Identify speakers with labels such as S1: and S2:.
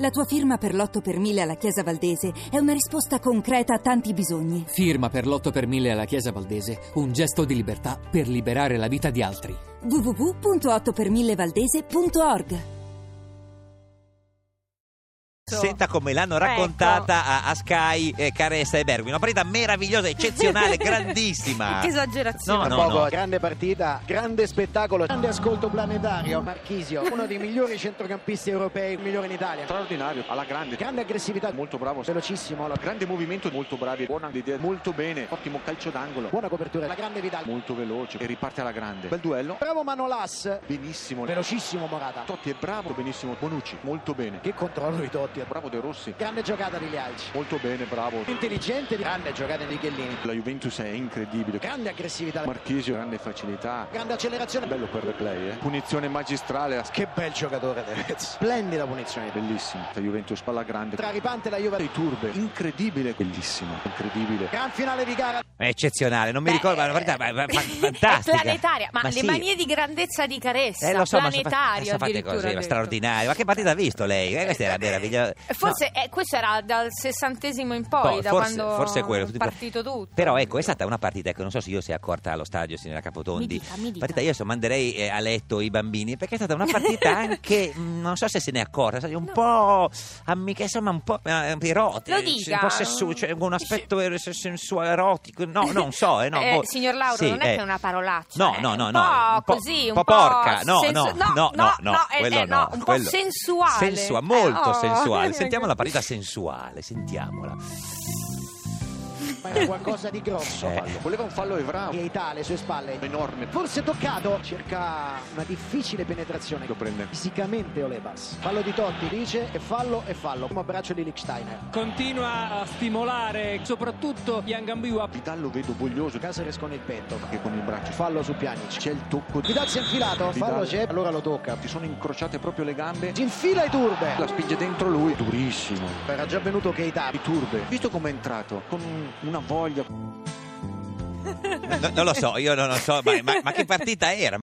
S1: La tua firma per l'8 per 1000 alla Chiesa Valdese è una risposta concreta a tanti bisogni.
S2: Firma per l'8 per 1000 alla Chiesa Valdese, un gesto di libertà per liberare la vita di altri.
S1: www.8per1000valdese.org
S3: Certo.
S4: Senta come l'hanno
S3: Ecco.
S4: raccontata a, a Sky eh, Caressa e Bergui. Una partita meravigliosa, eccezionale, grandissima.
S3: Che esagerazione.
S4: No,
S5: Ah,
S6: Tra
S4: no,
S6: poco,
S4: no.
S6: grande partita, grande spettacolo, grande ascolto planetario. Marchisio, uno dei migliori centrocampisti europei, il migliore in Italia.
S5: straordinario alla grande
S6: Grande aggressività,
S5: molto bravo
S6: velocissimo, la
S5: grande movimento molto bravi buona idea molto bene ottimo calcio d'angolo
S6: buona copertura, la grande Vidal.
S5: molto veloce e riparte alla grande bel duello
S6: Bravo Manolas,
S5: benissimo
S6: velocissimo Morata.
S5: Totti è bravo benissimo Bonucci molto bene
S6: Che controllo di Totti, eh.
S5: bravo De Rossi
S6: grande giocata di Lialci.
S5: molto bene bravo
S6: Intelligente, grande giocata di Ghellini.
S5: la Juventus è incredibile
S6: Grande aggressività,
S5: Marchisio grande facilità
S6: grande accelerazione.
S5: bello per play eh. punizione magistrale
S6: Che bel giocatore, Tevez. Splendida punizione.
S5: bellissimo la Juventus alla grande
S6: Tra ripante la Juve.
S5: dei turbe incredibile bellissimo incredibile
S6: Gran finale di gara.
S4: È eccezionale, non mi
S3: Beh, eh,
S4: ricordo, ma la partita ma- ma- ma- fantastica.
S3: È planetaria, ma, le
S4: sì.
S3: manie di grandezza di Caressa,
S4: Eh, lo so, ma so-
S3: planetario
S4: so fatte
S3: addirittura.
S4: così,
S3: ha
S4: ma
S3: detto.
S4: straordinario. Ma che partita ha visto lei? Eh, questa era meravigliosa.
S3: Forse eh, questo era dal sessantesimo in poi,
S4: No,
S3: da
S4: forse-
S3: quando
S4: forse è quello,
S3: è
S4: tutti-
S3: partito tutto.
S4: Però ecco, è stata una partita che non so se io sia accorta allo stadio, signora Capotondi.
S3: Mi dica, mi dica.
S4: Partita, io adesso manderei eh, a letto i bambini perché è stata una partita anche, mh, non so se se ne è accorta, sai, un
S3: No.
S4: po' amica, insomma un po' eh, erotica,
S3: Lo
S4: c-
S3: dica.
S4: un po' sessu- cioè, un aspetto er- se- sensuale, erotico, no, non so. Eh, no,
S3: Eh,
S4: boh.
S3: signor Lauro,
S4: Sì,
S3: non è
S4: eh.
S3: che è una parolaccia.
S4: No,
S3: eh,
S4: no, no,
S3: un
S4: no,
S3: po' così, un po',
S4: porca, no,
S3: sensu-
S4: no, no, no, no,
S3: eh,
S4: quello
S3: eh, no, un po'
S4: quello-
S3: sensuale.
S4: Sensua-
S3: Eh,
S4: molto
S3: oh.
S4: sensuale. Sentiamo la partita sensuale, sentiamola.
S6: Ma era qualcosa di grosso.
S4: Eh.
S5: fallo voleva un fallo Evra
S6: Keita alle sue spalle.
S5: enorme
S6: Forse toccato. Cerca una difficile penetrazione.
S5: lo prende
S6: Fisicamente Olebas. Fallo di Totti, dice, e fallo e fallo. Un abbraccio di Lichsteiner.
S7: continua a stimolare soprattutto Yangambiwa.
S5: Vidal lo vedo voglioso
S6: Caseres con il petto.
S5: che con il braccio
S6: Fallo su Pjanic.
S5: c'è il tocco
S6: Vidal si è infilato.
S5: Vidal.
S6: Fallo c'è, allora lo tocca.
S5: Ti sono incrociate proprio le gambe
S6: Si infila i turbe.
S5: la spinge dentro lui durissimo
S6: Era già venuto Keita.
S5: di turbe visto come è entrato con una voglia
S4: No, non lo so, io non lo so, ma, ma- ma che partita era?